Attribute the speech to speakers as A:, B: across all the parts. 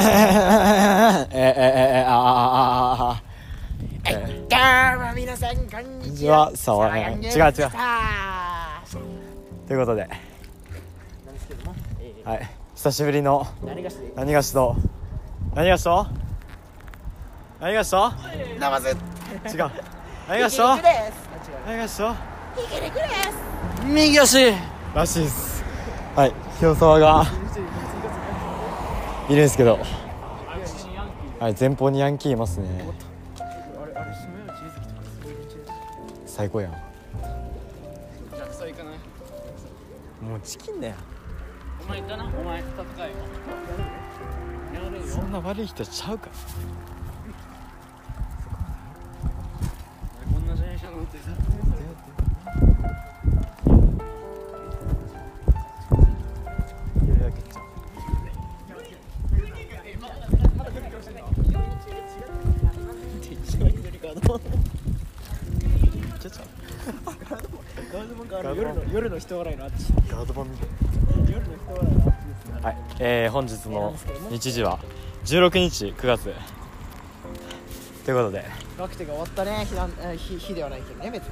A: ええええああ
B: はい、どうも皆さんこんにちは。
A: こんにちはそう
B: サラヤンゲーム
A: 違う違う
B: でした
A: ということで、
B: なんですけども、えー
A: はい、久しぶりの
B: 何がして
A: 何がしと何がしと何がしと
B: ナマズ違
A: 違
B: う。
A: う何
B: で
A: が
B: す。
A: し
B: あ
A: と
B: 違
A: 何がしと
B: う。ひげりくです。
A: 右足らしいですはい広沢がいるんですけどはい前方にヤンキーいますね最高やん
C: 客層行かない
A: もうチキンだよ
C: お前行かなお前戦えよやるよ
A: そんな悪い人ちゃうから
C: こんな自転車乗ってさ
A: 夜の
B: 夜の人笑いのあっち。
A: ガードマンみたい
B: 夜の人笑いのあっちです
A: はい、えー、本日の日時は16日9月ということで
B: が。学手が終わったね。日なんえー日日ではないけどね別に。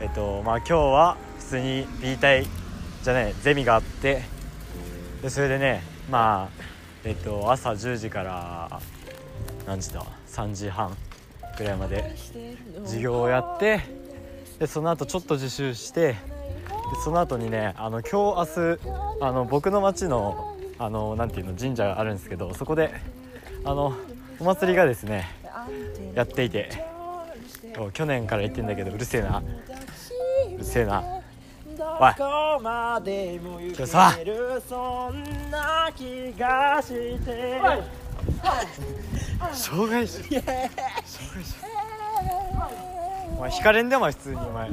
A: えっとまあ今日は普通に B 隊じゃないゼミがあってでそれでねまあえっと朝10時から何時だ3時半ぐらいまで授業をやってでその後ちょっと自習してでその後にねあの今日明日あの僕の町のあのなんていうの神社があるんですけどそこであのお祭りがですねやっていてそう去年から言ってんだけどうるせえなうるせえなおい
B: こまでも行
A: 今日さ
B: るそんな気がして。
A: 障害者障害者お前引かれんでお前普通にお前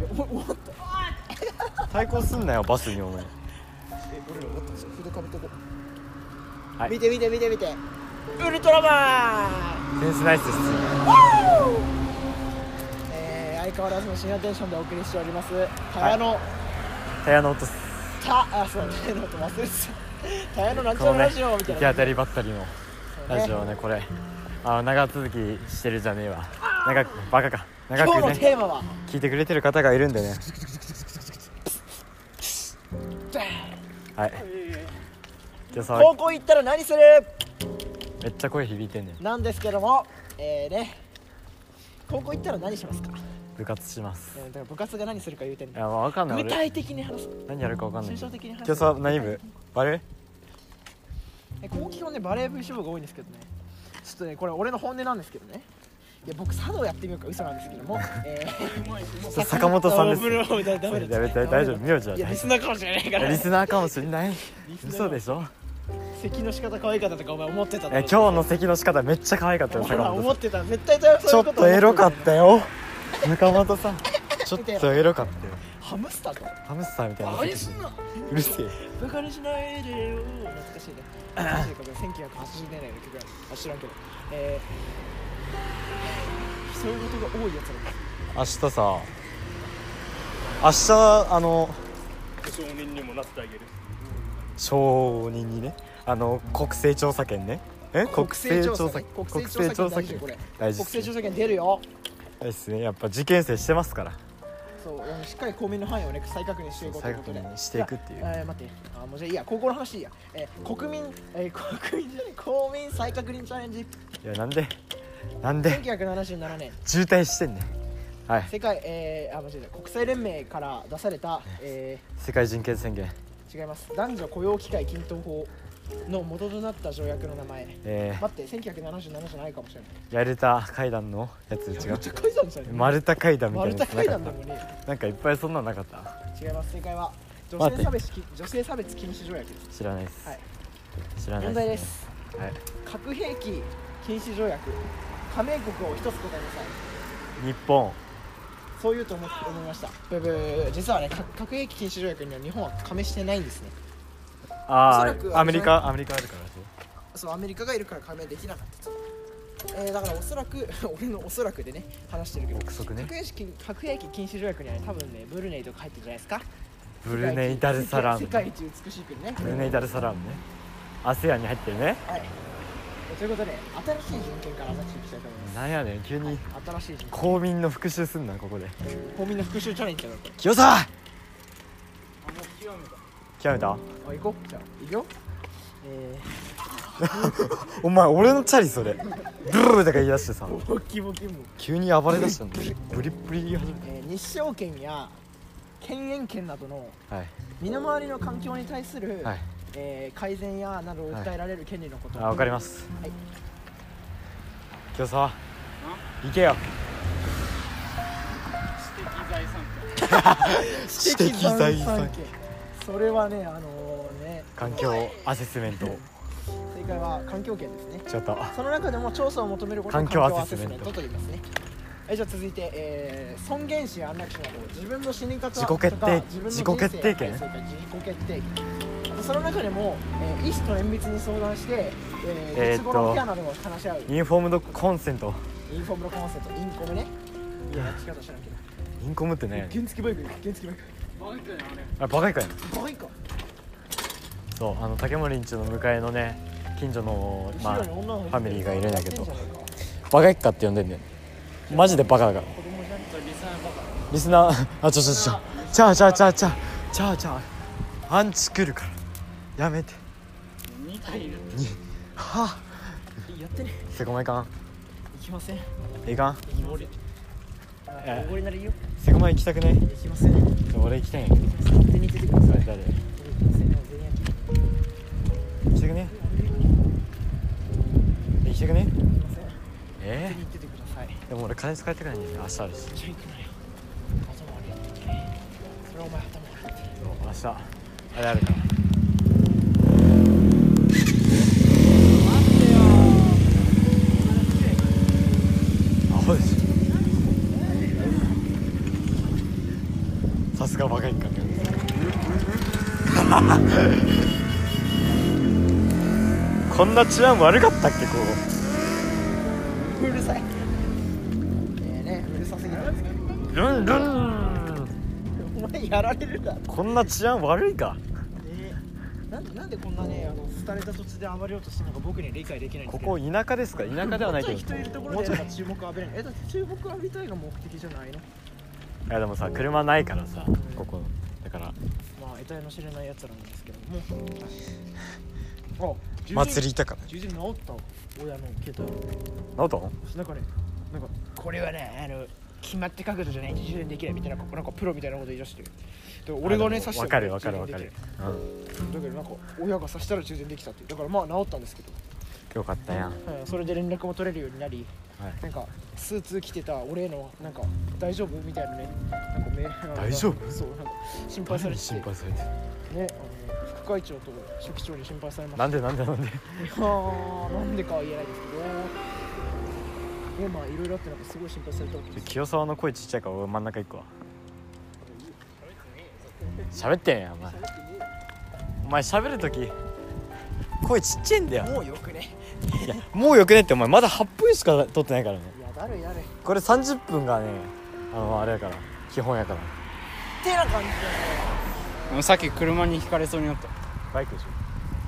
A: 対抗すんなよバスにお前
B: 筆かぶってこう、
A: はい
B: 見て見て見て見てウルトラマン、
A: センスナイスです
B: えー、相変わらずの深夜テンションでお送りしておりますタヤの、
A: タイヤの音っす
B: タあそうタヤのと忘れてたタヤのなんち
A: こ
B: ゃ
A: の
B: ら
A: ね
B: ラジオ
A: 行
B: み
A: き
B: たいな
A: 当たりばったりのラジオねこれあの長続きしてるじゃねえわ長くバカか長
B: 今日
A: く
B: のテ
A: ね
B: ーマは
A: 聞いてくれてる方がいるんでねはい今日さ
B: 高校行ったら何する
A: めっちゃ声響いてんねん
B: なんですけどもえー、ね高校行ったら何しますか、
A: 部活します
B: えー、だから部活が何するか言うてん
A: い
B: の
A: やわかんない
B: 具
A: 俺
B: 体的に話す
A: 何やるかわかんない
B: 抽象的に話
A: 今
B: す
A: 日さ何部バレー
B: え高校はねバレー部志望が多いんですけどねちょっとねこれ俺の本音なんですけどねいや僕茶道やってみようか嘘なんですけども、えー、
A: 坂本さんです
B: ブルーダメだ
A: ダメだ大丈夫名字はい
B: や
A: 大
B: リ
A: 丈
B: スナーかもしれないか
A: 夫
B: ら
A: リスナーかもしれない
B: スナー
A: 嘘でしょ
B: 咳の仕方可愛かったとかお前思ってた
A: え今日の席の仕方めっちゃ可愛かったよ
B: ほ
A: 坂
B: ら
A: 本
B: 思
A: さん
B: ってた絶対そういうこと
A: ちょっとエロか
B: っ
A: ったよ坂本さんちょっとエロかったよ
B: たハムスターか
A: ハムスターみたいな
B: バカにすんな
A: うるせえ
B: バカにしないでよ懐かしいね懐かしい曲1980年代の曲やあ知らんけどえー、そういうことが多いやつなんです
A: 明日さ明日あの
C: 少年にもなってあげる
A: 証人にねあの国勢調査権ねえ国勢調査
B: 国勢調査権
A: 国勢
B: 大
A: 大事
B: 事国
A: っすね
B: 勢調査権出るよ
A: 大事っすねやっぱ受験生してますから
B: そうあのしっかり公民の範囲をね再確認していこうということで
A: 再確認していくっていう
B: じゃあえー待ってあもうじゃあいいや高校の話でいいや、えー国民、えー、国民じゃない公民再確認チャレンジ
A: いやなんでなんで
B: 1977年
A: 渋滞してんねんはい
B: 世界えー、あ間違えた国際連盟から出された、え
A: 世界人権宣言
B: ー、違います男女雇用機会均等法の元となった条約の名前
A: えー、
B: 待って1977じゃないかもしれない
A: ヤルタ会談のやつ違
B: めっ
A: う
B: ちゃ書いてあるじゃん
A: マルタ会談みた
B: 丸
A: いな
B: 太
A: やつ
B: 会
A: なか
B: 談
A: っ
B: でもね
A: たなんかいっぱいそんなのなかった
B: 違います正解は女
A: 待っ
B: 性
A: て
B: 差別き女性差別禁止条約です
A: 知らないっす、
B: はい
A: 知らない
B: 問
A: っ
B: 題ですす
A: ね、はい、
B: 核兵器禁止条約加盟国を一つ答えなさい
A: 日本
B: そう言うと思思いましたブブー実はね核核兵器禁止条約には日本は加盟してないんですねおそ
A: あ
B: らく
A: あアメリカアメリカあるからですよ
B: そうアメリカがいるから加盟できなかったと、えーだからおそらく 俺のおそらくでね話してるけど
A: 憶測ね
B: 核兵器禁核兵器禁止条約にはね多分ねブルネイとか入ってるじゃないですか
A: ブルネイダルサラーム
B: 世界一世界一美しい国ね
A: ブルネイダルサラームねアセアンに入ってるね
B: はいということで新しい人権から話していきたいと思います
A: なんやねん急に
B: 新しい人権
A: 公民の復習すんなここで
B: 公民の復習チャレンジだからこ
A: 清さ
C: あもう清めた
A: 極めた
B: れあ行こうじゃあ行くよえ
A: お前俺のチャリそれブルーとか言い出してさ
B: ー、ボッキボキもう、
A: 急に暴れ出したんだブリッブリ言い始め
B: えー、日照権や権限権などの
A: たはい
B: 身の回りの環境に対する、
A: はい
B: えー改善やなどを訴えられる権利のこと、
A: あわかります
B: はい
A: 清沢行けよ
C: 知的財産
B: 知的財産権それはねあのね
A: 環境アセスメント
B: 正解は環境権ですね
A: ちょっと
B: その中でも調査を求めることを
A: 環
B: 環
A: 境
B: 境
A: ア
B: ア
A: セ
B: セ
A: ス
B: ス
A: メ
B: メ
A: ン
B: ン
A: ト
B: トと言いますねはいじゃあ続いて、えー、尊厳死や安楽死など自分の死に方
A: 自己決定
B: とか自分の人生
A: 自己決定権
B: はい正解自己決定権でその中でも、えー、医師と綿密に相談して、
A: え
B: えー、
A: ーっと
B: 術後のケアなどを話し合う
A: インフォームドコンセント
B: インフォームのコンセントインコムねいや聞き方しなきゃ
A: インコムってね
B: 原付バイク原付バイ
C: バイクなあれ
A: あバカいかいな
B: クバイクか
A: そうあの竹森んちの向かいのね近所のまあ
B: 後ろに女の子
A: ファミリーがいるんだけど
B: やってんじゃないか
A: バカ一家って呼んでんだよねマジでバカだから
B: 子供じゃね
C: それリサーバカ
A: リスナーあちょちょちょちゃうちゃうちゃうちゃうちゃうちゃうアンチ来るからやめて
C: 2体いる
A: はあ
B: やってね
A: セコマいか
B: 行きません
A: んいかん
C: 俺リ
A: え
B: おごりならいいよ
A: セコマ行きたくない
B: 行きません行き
A: 俺行きたいんやけど
B: ません勝手に出てください
A: それ誰
B: 行きません全然
A: 行きたくねえ行きたくね
B: すいません
A: え
B: 手に行っててください
A: ー、でも俺金使いたくないんだよね明日あるし
B: じゃあ行くなよ頭悪いってそれはお前頭悪いって
A: そう明日あれあるからアホでしょさすが若いかこんな治安悪かったっけこ
B: うるさいええねうるさすぎたんですけど
A: うルンルン
B: お前やられ るだろ
A: こんな治安悪いか
B: えーなんでなんでこんなねあの廃れた土地で暴れようとしてるのか僕には理解できないん
A: こ
B: ですけ
A: こ
B: ど
A: 田舎ですか田舎ではないけ
B: もうちょ人いると
A: ど
B: こ
A: も
B: ろ
A: う
B: で
A: ちょい
B: やっぱ注目浴びれないえだって注目浴びたいが目的じゃないの
A: いやでもさ車ないからさここだから
B: まあ得体の知れないやつらなんですけどもあ
A: 祭り
B: り
A: いたから
B: 充実治った親の携帯
A: ノート
B: なんかねなんかこれはねあの決まって角度じゃないと充電できないみたいななんかなんかプロみたいなこと言い出してるで俺がね
A: あでも
B: 刺した
A: わ
B: ら
A: か
B: ね
A: るわかるわか
B: 充電
A: る
B: で
A: うん
B: きないだけどなんか親が刺したら充電できたっていうだからまあ治ったんですけど
A: よかったやん
B: うんそれで連絡も取れるようになり、
A: はい
B: なんかスーツ着てた俺へのなんか大丈夫みたいなねなんかめ
A: 大丈夫
B: そうなんか心配されてて
A: 心配されて
B: ねあの副会長と書記長に心配されました
A: なんでなんでなんで
B: あーなんでかは言えないですけどねまあいろいろあってなんかすごい心配されたわけです
A: 清沢の声ちっちゃいから俺真ん中行くわ喋ってんやんお前お前喋る時声ちっちゃいんだよ
B: もうよくね
A: いやもうよくねってお前まだ8分しか撮ってないからね
B: いやだるいだるいっ
A: これ30分がねあのあれやから基本やから
B: てな感じ
C: さっき車にひかれそうになった
A: バイクでしょ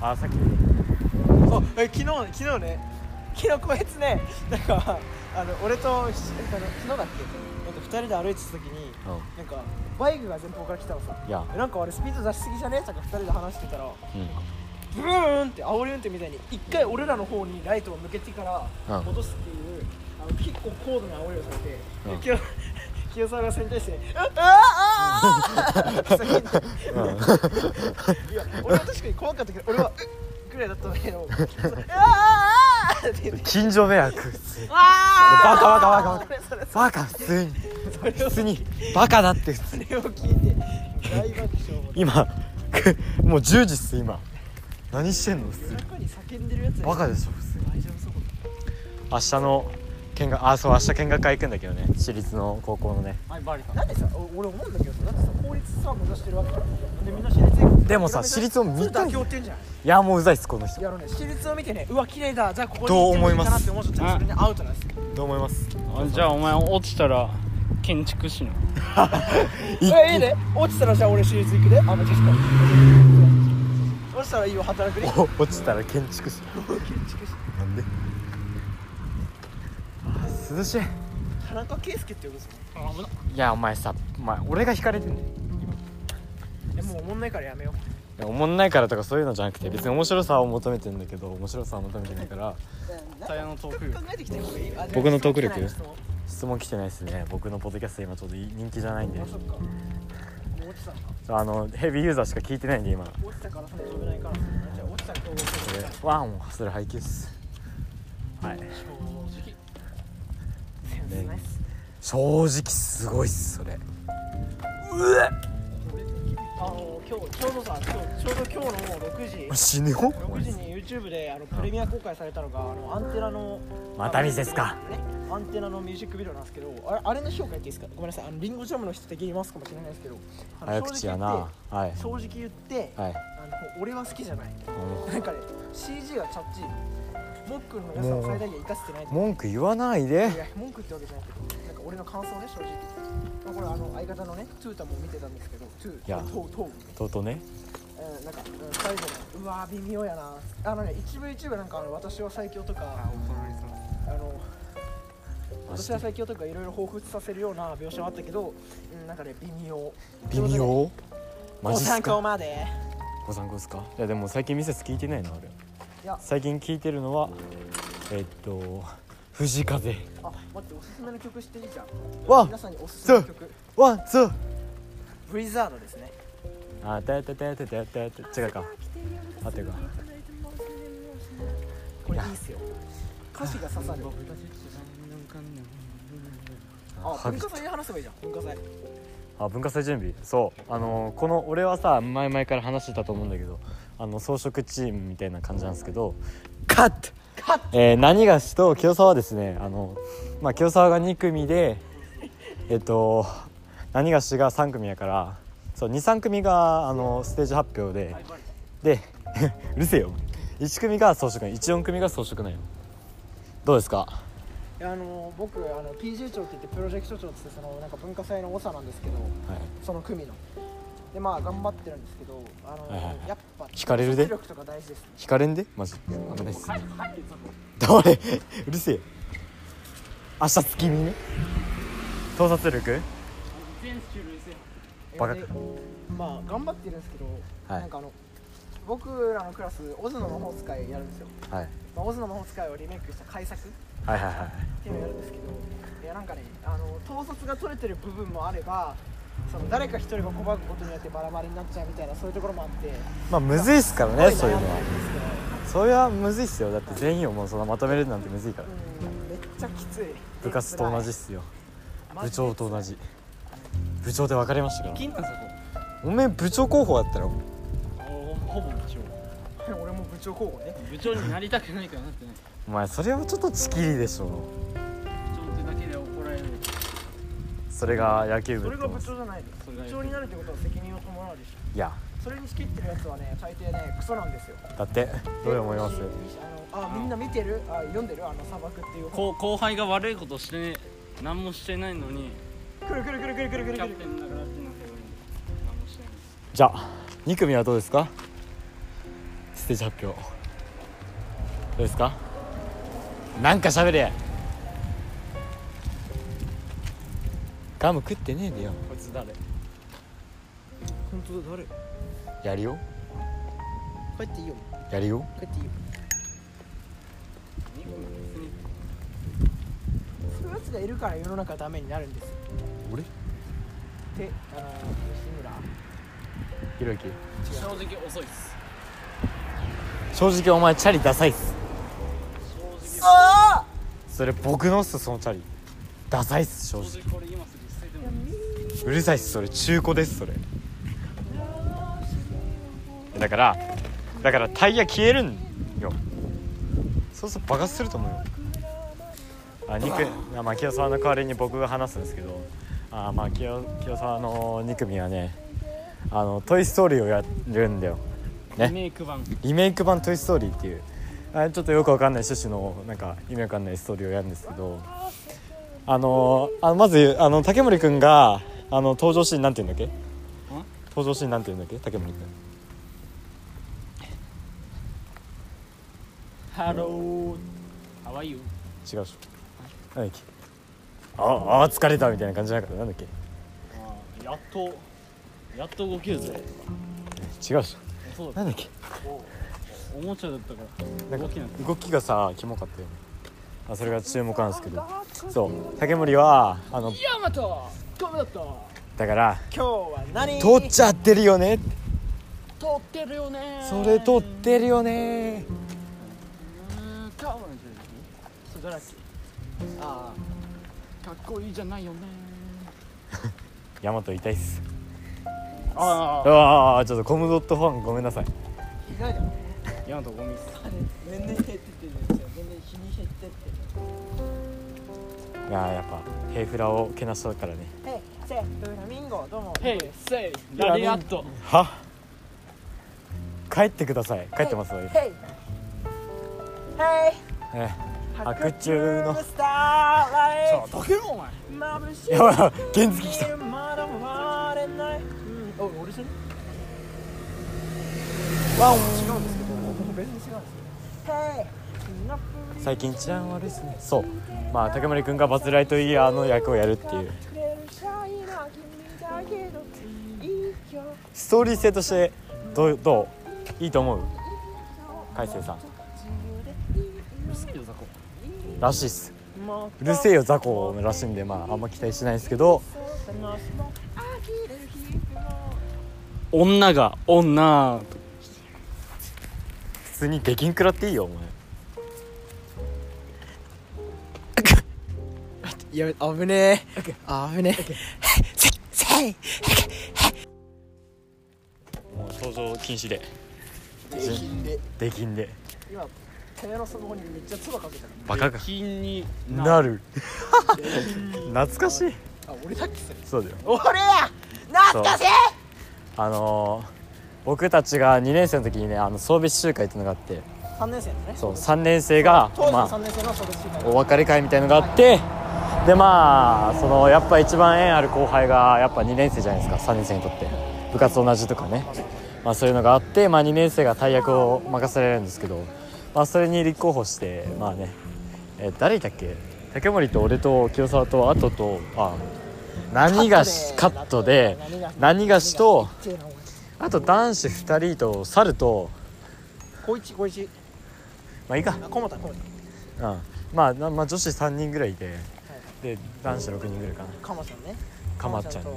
A: あさっき
B: だねあえ昨日昨日ね昨日こいつねなんかあの俺としあの昨日だっけなんか二人で歩いてた時に
A: う
B: なんかバイクが前方から来たのさ
A: んいや
B: なんかあれスピード出しすぎじゃねえとか2人で話してたら
A: うん
B: ブーンって煽り運転みたいに一回俺らの方にライトを向けてから
A: うん
B: 戻すっていう、あの結構高度な煽りをされて、
A: うん
B: 清清沢が先対して「ああああ!」って叫んで
A: うん
B: いや俺は確かに怖かったけど俺は「うっ」ぐらいだったんだけど「ああ!」って言って
A: 近所迷惑普通に
B: 「あ
A: バカバカバカバ
B: それそれ
A: カバカ普通に
B: それ
A: 普
B: を
A: 通にバカだって普通に
B: それを聞いて大爆笑も
A: 今 くもう10時っす今何してんの普通
B: 夜
A: に
B: 中に叫んでるやつ
A: バカで
B: し
A: しょ普通に
B: 大丈夫そ
A: 明
B: う
A: 日の見学あそう明日見学会行くんだけどね私立の高校のね
C: はいバリさん
B: なんでさお俺思うんだけどさなんでさ法律さ目指してるわけなんでみんな私立行く
A: でもさ私立を見たい
B: いそれ妥協ってんじゃん
A: いやもううざいっすこの
B: い
A: 人
B: やあのね私立を見てねうわ綺麗だじゃあここに
A: どう思い
B: 行
A: ま
B: っ
A: す
B: てもいいかなって思っちゃったらそれねアウトなんですよ
A: どう思います
C: じゃあお前落ちたら建築士の
B: いやいいね落ちたらじゃあ俺私立行くであの確かに落ちたらいいよ働くね
A: お落ちたら建築士
B: 建築士
A: なんであー涼しい
B: 田中圭介って呼ぶぞ
C: あ危ない
A: やお前さお前俺が引かれてんねんい
B: えもう思んないからやめよう
A: やおもんないからとかそういうのじゃなくて別に面白さを求めてんだけど面白さを求めてないから
C: 最悪のトーク
B: 考えてきた方がいいあ
A: 僕のトーク力
B: じゃあ質問来
A: 質問来てないですね僕のポッドキャスト今ちょうど人気じゃないん
B: て
A: で
B: ない質問あそっかもう落ちたのか
A: あのヘビーユーザーしか聞いてないんで今
B: 落ちたからその飛べないからじゃあ落ちたら競合する
A: でわあもうそれ配給っすはい
C: 正直
B: センスないっす
A: 正直すごいっすそれうえ
B: あの今日ちょうどさ今日ちょうど今日のもう6時
A: 死ぬよ
B: 6時に YouTube であのプレミア公開されたのがあのアンテナの
A: またミセスか
B: ねアンテナのミュージックビデオなんですけどあれあれの評価言っていいですかごめんなさいあのリンゴジャムの人的にいますかもしれないですけどあの
A: 早口やなはい
B: 正直言って正直言って、
A: はい
B: あの俺は好きじゃない
A: も
B: なんかね CG がチャッチーモックンの良さを最大限生かせてないう
A: 文句言わないで
B: いや文句ってわけじゃなくてなんか俺の感想ね正直、まあ、これあの相方のねトゥータも見てたんですけどトゥー
A: いや
B: トゥートゥー
A: とうとうね
B: うんなんか、うん、最後のうわー微妙やなあのね一部一部なんかあの私は最強とかあの
A: マジ
B: 私
A: で
B: は最強とかいろいろ彷彿させるような描写はあったけど、うん、なんかね微妙
A: 微妙マ
B: ご
A: ジっす
B: 参考
A: か
B: まで
A: ご参考っすかいやでも最近ミセス聞いてないな俺
B: いや
A: 最近聞いてるのはえっと藤風
B: あ待っておすすめの曲知っていいじゃん
A: わ
B: 皆さんにおすすめの曲
A: ワンツー
B: ブリザードですね
A: あたたたたたたた違うか合ってるか
B: これい
A: いや
B: いっすよ歌詞が刺さるあ
A: は
B: 文化祭で話せばいいじゃん文化祭
A: あ文化祭準備そうあのこの俺はさ前々から話してたと思うんだけどあの装飾チームみたいな感じなんですけどカット
B: カット
A: えー何がしと清沢はですねあの、まあ、清沢が2組でえっと何がしが3組やからそう23組があのステージ発表でで うるせえよ1組が装飾14組が装飾なんよどうですか
B: いやあの僕あの PJ 長って言ってプロジェクト長って言ってそのなんか文化祭の長なんですけど
A: はい
B: その組のでまあ頑張ってるんですけどあの、
A: はいはいはい
B: やっぱ
A: 惹かれるで
B: 技術力とか大事ですね
A: 引かれんでマジ危ないっす誰 うるせえ明日月見ね盗撮力バカか
B: でまあ頑張ってるんですけど、
A: はい
B: なんかあの僕らのクラスオズの魔法使いやるんですよ、
A: はい
B: まあ、オズの魔法使いをリメイクした改作っ
A: はいはいはい
B: ていうのをやるんですけどいやなんかねあの統率が取れてる部分もあればその誰か一人が拒むことによってバラバラになっちゃうみたいなそういうところもあって
A: まあむずいっすからねそういうのは
B: 悩んでるんですけど
A: それはむずいっすよだって全員をもうそんなまとめるなんてむずいから
B: うんめっちゃきつい
A: 部活と同じっすよ部長と同じ部長で分かりましたから
B: 金なんですよ
A: おめえ部長候補だったろ
C: ほぼ部
B: こ
C: 長
B: れ俺も部長候補ね
C: 部長になりたくないからなってない
A: お前それはちょっとチキリでしょ
C: 部長ってだけで怒られる
A: それが野球部
B: そ
A: っ
B: れ
A: て
B: が
A: こ
B: 部
A: と
B: 長じゃない
C: それ
B: 部
C: が
B: 長になるってことは責任を伴うでしょ
A: いや
B: それに仕切ってるやつはね大抵ねクソなんですよ
A: だってどう思います
B: あのあみんな見てるあ読んでるあの砂漠っていう
C: 後後輩が悪いことして何もしてないのに
B: くるくるくるくるくるく
C: キ
B: る
C: ャ
B: く
C: プ
B: る
C: テンだからってなって何もしてない
A: じゃあ2組はどうですかステージ発表どうですかなんか喋れガム食ってねえでよ
C: こいつ誰
B: 本当だ誰
A: やるよ
B: 帰っていいよ
A: やるよ
B: 帰っていいよそういうやつがいるから世の中ダメになるんですよ
A: 俺
B: ってあの吉村
A: ひろき
C: 正直遅いっす
A: 正直お前チャリダサいっす
C: 正直
B: あ
A: それ僕のっすそのチャリダサいっす正直
C: 正直これ今すぐ捨てても
A: うるさいっすそれ中古ですそれだからだからタイヤ消えるんよそうすると爆発すると思うよあ肉あまあ清沢の代わりに僕が話すんですけどあまあ清清沢の2組はねあの「トイ・ストーリー」をやるんだよ
C: リメイク版
A: リメイク版「トイ・ストーリー」っていうあちょっとよくわかんない趣旨のなんか意味わかんないストーリーをやるんですけどあのあまずあの竹森くんがあの登場シーンなんて言うんだっけ登場シーンなんて言うんだっけ竹森くん
C: ハロー。ハワイユ。
A: 違うでしょなんだっけああー疲れたみたいな感じじゃなかったなんだっけ
C: あーやっと、やっと動けるぜ。
A: 違うでし
C: そう
A: ょ
C: だ
A: なんだっけ
C: おもちゃだったから。
A: なんか
C: 動きなんか
A: 動きがさキモかったよねあそれが注目なんですけどそう竹森はあの
B: ヤマトゴムだった今
A: だから
B: 日は何
A: 取っちゃってるよね
C: 通ってるよね
A: それ取ってるよね
C: うんカーブの十
B: そ
C: 字
B: うだらけ
C: ああかっこいいじゃないよね
A: ヤマト痛いっす
C: ああ
A: ああちょっとコムドットファンごめんなさい
B: 意外だね
C: ヤマトゴミっす
D: 全然減ってってるんですよ全然日に減ってってる
A: いやーやっぱヘイフラをけなしたからね
B: ヘイセフラミンゴどうも
C: ヘイセイラリアット
A: は帰ってください帰ってますわ今
B: ヘイヘイ
A: え白
B: 白
A: 昼の
B: 昼スターライト
C: どけろお前
B: 眩しい
A: やばいやばい原付きた
B: まだ回れない、うん、お俺じゃねワン違うんですけど全然違うんですよヘイナプ
A: 最近治安悪いっすねそうまあ竹森くんがバズ・ライトイヤーの役をやるっていう
B: くれるシャイな君だけどいいよ
A: ストーリー性としてどうどういいと思う海星さん
C: うるせえよザコ
A: らしいっすうるせえよ雑魚らしいんでまああんま期待しないんですけど
C: 女が女
A: 普通に出禁食らっていいよお前
D: やべ危ねえあ危ねえ
A: もう登場禁止で出禁で出禁で
B: 今てめえのスマホにめっちゃ唾かけたか
A: バカが
C: 気に
A: なる 懐かしい
B: らあ俺だっけそれ
A: そうだよ
B: 俺や懐かしい
A: あのー僕たちが2年生の時にねあの送別集会っていうのがあって
B: 3年生のね
A: そう3年生が
B: 当時
A: ま
B: の
A: あ
B: 3年生のそれ知りたい
A: お別れ会みたいのがあってでまあそのやっぱ一番縁ある後輩がやっぱ2年生じゃないですか3年生にとって部活同じとかね、まあ、そういうのがあって、まあ、2年生が大役を任せられるんですけど、まあ、それに立候補してまあねえー誰だっけ竹森と俺と清沢とあととあ何がしカットで何がしとあと男子2人と猿と
B: 高一高一
A: まあいいか
B: あ駒田駒田
A: うんまあ、なまあ女子3人ぐらいいてで男子6人ぐらいかな
B: 鎌ちゃんね
A: かまっちゃんね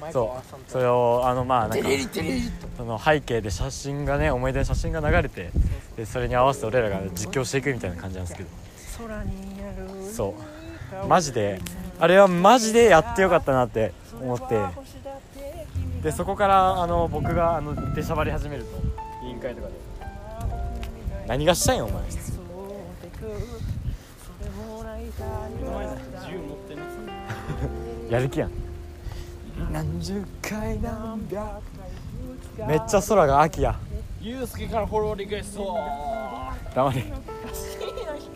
B: 前
A: そ
B: 川さん
A: う
B: と
A: それをあのまあなんか
B: テレリテレリ
A: その背景で写真がね思い出の写真が流れてでそれに合わせて俺らが実況していくみたいな感じなんですけど
B: 空にある
A: そ
B: 顔
A: マジであれはマジでやってよかったなって思ってでそこからあの僕があの出しゃばり始めると委員会とかで何がしたいんお前
C: 目の前に銃持ってね
A: やる気やん何十回何百回めっちゃ空が秋や
C: ユウスケからフォローリクエスト
A: 黙れ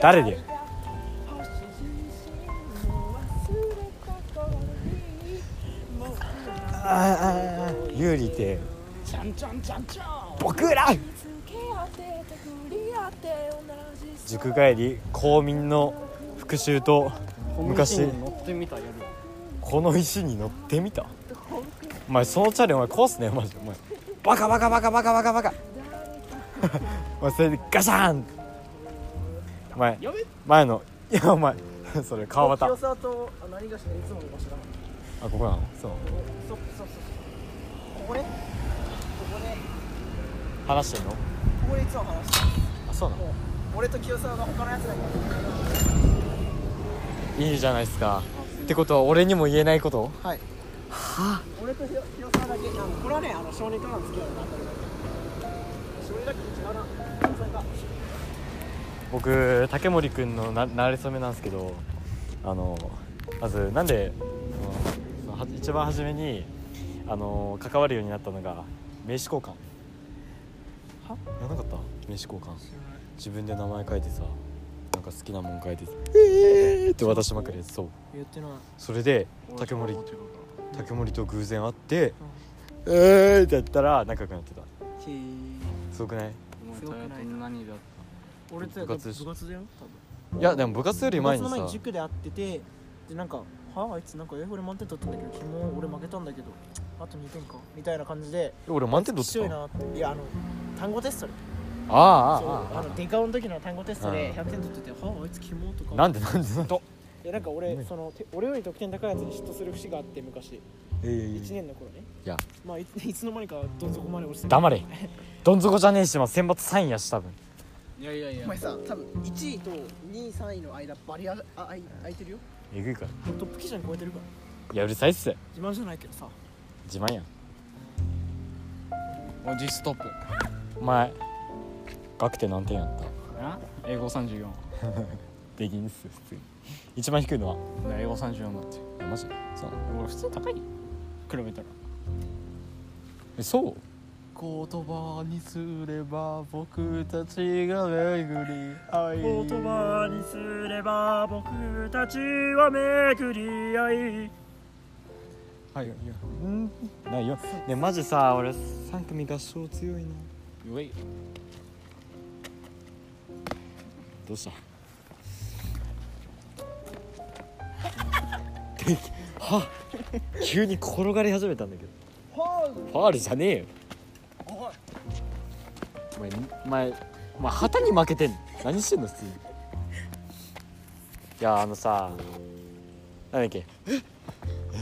A: 誰で有利って
C: ちゃんちゃんちゃんちゃん
A: 僕ら塾帰り公民の復習と昔
C: この道に乗ってみた夜
A: この石に乗ってみたお前そのチャレお前壊すねマジでお前バカバカバカバカバカバカ お前それでガシャーンお前
C: やべ
A: 前のいやお前 それ川端
B: 清沢とあ何がしのいつもの場所だもん
A: あここなのそう
B: そうそうそうここねここね
A: 話してんの
B: ここでいつも話してる
A: あそうな
B: もう
A: の
B: 俺と清沢が他のやつだか
A: いいじゃないですかってことは俺にも言えないこと
B: らはい俺とひろ清沢だけあのこれはねあの小児科なんですけどなんだけど小児だけ違うな清沢が
A: 僕竹森くんのな慣れ初めなんですけどあのまずなんでそのそのは一番初めにあの関わるようになったのが名刺交換やらなかった名刺交換自分で名前書いてさなんか好きなもん書いてさ「えー!」って渡しまくるやつそう
B: 言ってない
A: それで竹森竹森と偶然会って「えー!」ってやったら仲良くなってた
B: へー
A: すごくない
C: すごくない何だっ
D: 俺と
E: 部活でしょ
D: 部活だよ多分
E: いやでも部活より
D: 部
E: 前
D: 活の
E: に
D: 前に
E: さ
D: 塾で会っててでなんか「はああいつなんか英語で満点取ったんだけど昨日俺負けたんだけどあと2点か」みたいな感じで
E: 俺満点取って
D: 強い
E: た
D: なっていやあの単語テストで
E: ああ
D: そう
E: ああ
D: あ
E: あ
D: のデカオの時の単語テスト
E: う
D: で
E: ん
D: 100点取ってて「はああいつキモ」とか
E: あなんでなんでなんで
D: いやなんか俺そのて俺より得点高いやつに嫉妬する節があって昔1年の頃ね
E: いや
D: まあい ついつの間にかどん底まで落ちて
A: 黙れどん底じゃねえし今選抜3位やし多分
C: いやいやいや
B: お前さ多分1位と2位3位の間バリアああい空いてるよ
A: えぐいから
D: トップ記者に超えてるから
A: いやうるさいっす
D: 自慢じゃないけどさ
A: 自慢やん
E: おじストップ
A: お前学点何点やった
E: な
C: 英語34
A: できんっす普通に一番低いのは
E: 英語34だって
A: いやマジそうなの
C: 俺普通高いよ比べたら
A: えそう
E: 言葉にすれば僕たちが巡り合い
A: 葉にすれば僕たちは巡り合い
E: はいよ
A: うんないよねマジさ俺3組合唱強いな
E: うえい
A: どう したは急に転がり始めたんだけどファールじゃねえよお前お前お前旗に負けてんの何してんの普通にいやあのさなんだっけい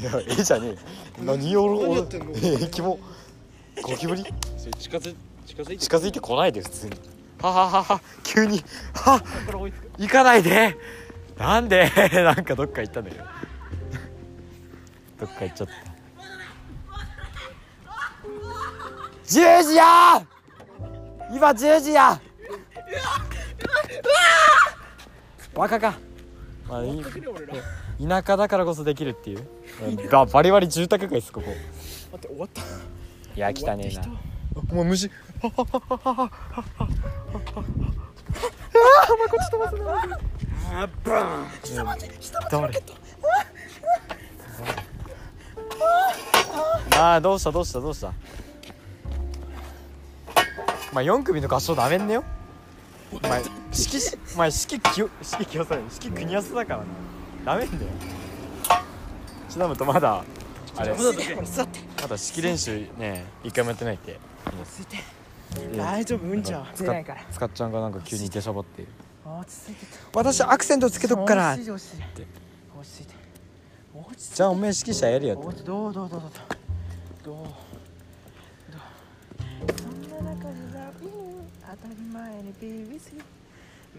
A: やえじゃねえよ何を俺俺 えキモゴキブリ
E: 近づ近づいて
A: 近づいてこないで普通にはははは急には行かないでなんで なんかどっか行ったんだけどどっか行っちゃった10時や今10時やバカか、まあ、い田舎だからこそできる っていうババリバリ住宅街ですここ
D: 待って終わった
A: いや汚ねえな
E: お前虫
A: ああどうしたどうしたどうしたお前4組の合唱ダメんねよお前指揮しお前指揮きよ指揮きよさ指揮国安だからなダメんだよちなみとまだあれまだ 指揮練習ね一回もやってないって
D: 大丈夫うんちゃん
B: 出ないから
A: 使っちゃんがなんか急に出しゃばって
B: 落ち着いて
A: 私アクセントつけとくから
B: 落ち着いて落ち着いて落ち着いて落ち着いて
A: じゃあお前指揮者やるよって
B: おちどうどうどうどうどうどうどうそんな中でラビュー当たり前にビビすぎ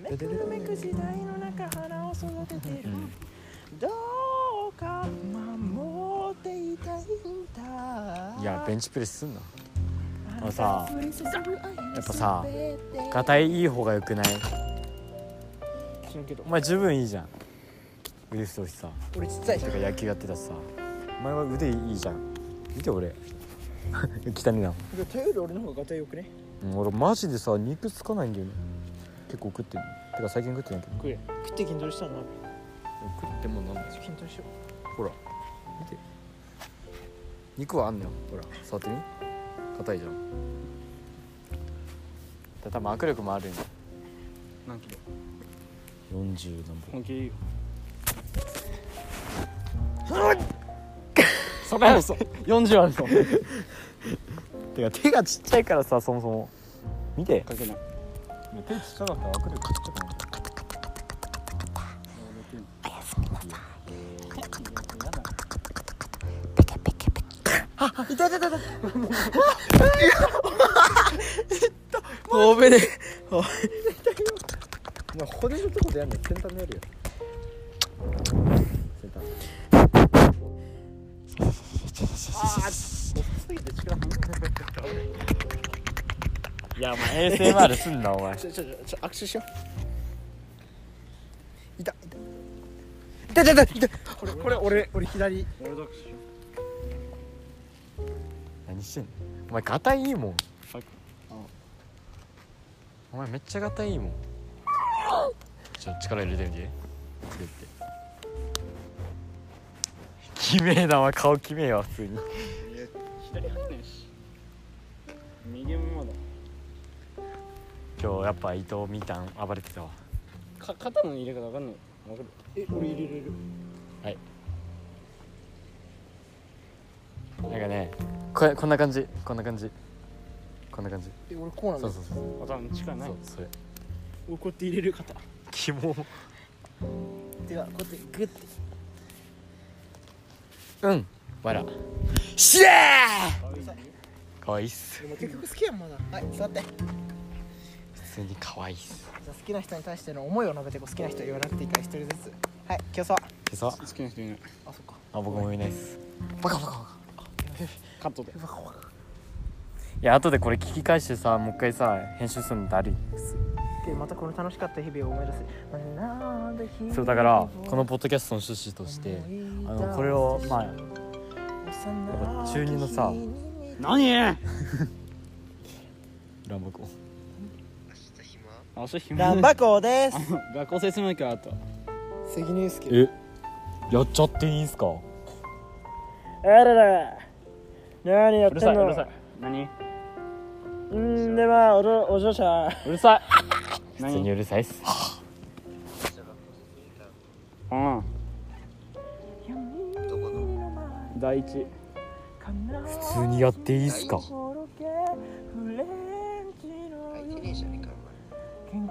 B: めくるめく時代の中花を育ててるどうか守っていたいんだ
A: いやベンチプレスすんな
B: あ
A: あのさ
B: や
A: やっぱさがたいいい方がよくない
D: 知らんけど
A: お前十分いいじゃん腕太いしさ
B: 俺ちっちゃいじゃ
A: て
B: ん
A: か野球やってたしさお前は腕いいじゃん見て俺 汚ねえな
D: 手より俺の方がガタイよくね
A: うん俺マジでさ肉つかないんだよね結構食ってんのてか最近食ってないけど
D: 食え食って筋トレしたらな
A: 食ってもなんだ
D: 筋トレしよ
A: ほら見て肉はあんのよほら触ってみ硬いじゃんだ多分握力もあるんよ
C: 何キロ
A: 40何本
C: 本気でいいよ
A: それ嘘40あるぞてか手がちっちゃいからさそもそも見て
C: かけない
A: 手ちっちゃかったら握力ちっちゃくない
D: うべね
A: まあ、骨のとこでやんの先端のやるよ先端いやお前 ASMR すんなお前
D: ちょちょちょ握手しよ
B: 痛い痛い痛いこれこれ俺俺左
C: 俺だくしよ
A: 何してんのお前ガタイいいもん
C: はい
A: お前めっちゃガタイいいもんちょ力入れてみて作ってきめえなお前顔きめえわ普通に
C: 左入んないし右もまだ
A: 今日やっぱ伊藤みーたん暴れてたわ
C: か肩の入れ方わかんないわかるえ俺入れれる
A: なんかねこれこんな感じこんな感じこんな感じ
C: え俺こうなん
A: そ
C: だ
A: うそうそう
C: あ多分力ない
A: そうそれ
C: 俺こうやって入れる肩
A: キモ
B: 手がこうやってグッて
A: うんわらしゃーかわいいっす
B: でも結局好きやんまだはい座ってじ
A: 普通にかわいいっす
B: ゃあ好きな人に対しての思いを述べてこう好きな人言わなくていいから一人ずつはい今日さ
A: でさ
C: 好きな人いない
B: あそっか
A: あ僕も見ないっす
B: バカバカバカ
C: カットで
B: バカバカ
A: いや後でこれ聞き返してさもう一回さ編集するのだるいっす
B: でまたこの楽しかった日々を思い出すなんで日々を
A: そうだからこのポッドキャストの趣旨としてあのこれをまあやっぱ中二のさ
C: 何
A: ランバコ
C: あそ
B: ラ
C: れ暇
B: ンバコです
C: 学校説明会あった
B: 関根介
A: えやっちゃっていいんすか
B: あらら何やっ
C: うるさいうるさい何
B: うんではお嬢お嬢ちゃん
C: うるさい
A: 普通に
C: 何
A: うるさいっす
C: うん第一
A: 普通にやっていいっすか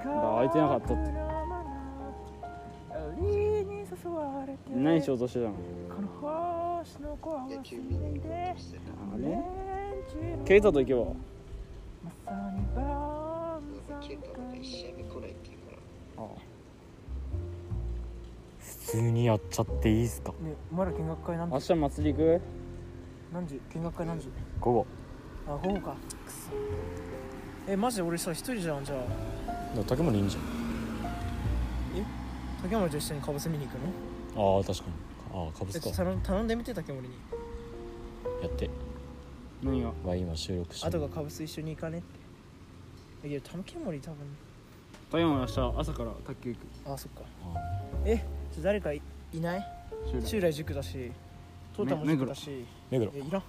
C: 空いてなかったって何しようとしてたのあれケイタと行けばあ
A: 普通にやっちゃっていいっすか
B: ねお前ら見学会何時
C: 明日祭り行く
B: 何時見学会何時
A: 午後
B: あ午後かくそえマジで俺さ一人じゃんじゃあ
A: 竹森いいんじゃん
B: 竹森と一緒にかぶせ見に行くの
A: ああ確かにああかぶ
B: え
A: す
B: ち
A: か
B: ょっと頼ん頼んでみて竹森に
A: やって
C: 何が
A: まあ今収録し
B: あ
A: て
B: とが
A: る
B: かぶす一緒に行かねっていや竹森多分
C: 太陽も明日朝から卓球行く
B: あそっか
A: あ
B: ちょ誰かいいない
C: 終
B: 修来塾だしトータも塾だし
A: 目黒
B: いやいらん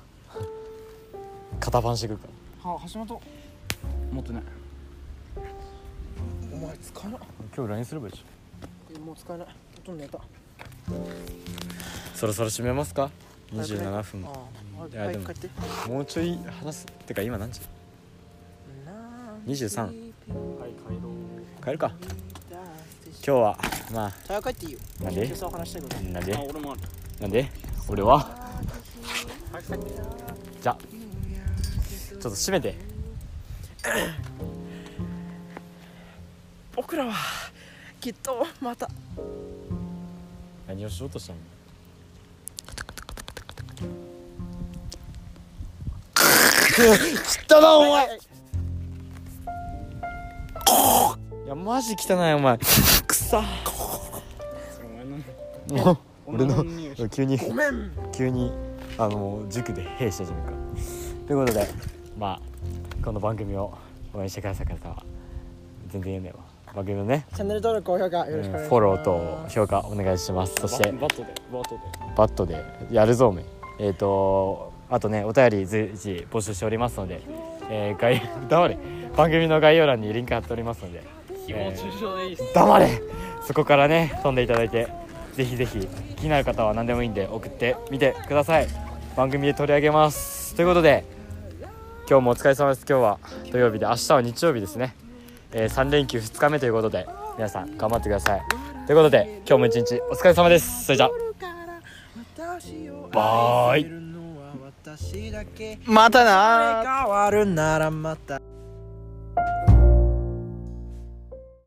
A: 肩パンしてくるから
B: は橋本
C: 了持ってない
B: お前使えない
A: 今日 LINE すればいいでし
B: えもう使えないほとんど寝た
A: ょそろそろ締めますか27分
B: ああ
A: いや
B: はい
A: で
B: 帰
A: も
B: って
A: もうちょい話すてか今何時23
C: はい帰ろう
A: 帰るか今日はまあ
B: 早く帰っていいよ
A: なん
B: 今
A: で
B: 日さ話したいこと
A: なん
C: あ
A: で
C: 俺もある
A: なんで俺はじゃあちょっと閉めて
B: 僕らはきっとまた
A: 何をしようとしたの汚なお前 いやマジ汚いお前くさ
C: それお前の
A: 俺の
C: 匂い
A: 急に
B: ごめん
A: 急にあの塾で兵したじゃんかということでまあこの番組を応援してくださった方は全然言えないわ番組のね、
B: チャンネル登録高評価
A: う
B: よろし
A: ん
B: くお願いします
A: フォローと評価お願いしますそして
C: バットでバットで
A: バットでやるぞおめえっ、とあとねお便り随時募集しておりますので、えー、概 黙れ番組の概要欄にリンク貼っておりますので
C: 誹謗中傷でいいっす
A: 黙れそこからね飛んでいただいてぜひぜひ気になる方は何でもいいんで送ってみてください番組で取り上げますということで今日もお疲れ様です今日は土曜日で明日は日曜日ですね、え3連休2日目ということで皆さん頑張ってくださいということで今日も一日お疲れ様ですそれじゃあ
F: バ
A: バ
F: ーイ
A: ーイ
F: またな
B: またなー
F: 変わるならまた